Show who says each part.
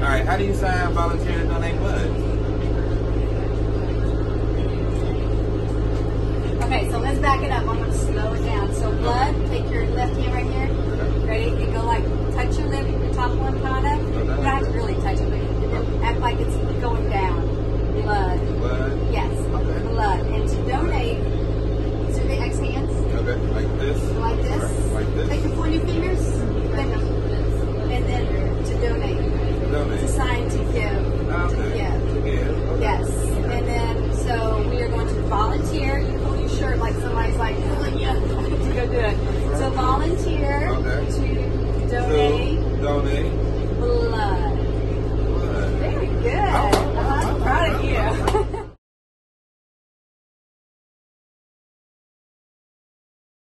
Speaker 1: Like, how do you sign volunteer to donate blood?
Speaker 2: Okay, so let's back it up. I'm going to slow it down. So blood, take your left hand right here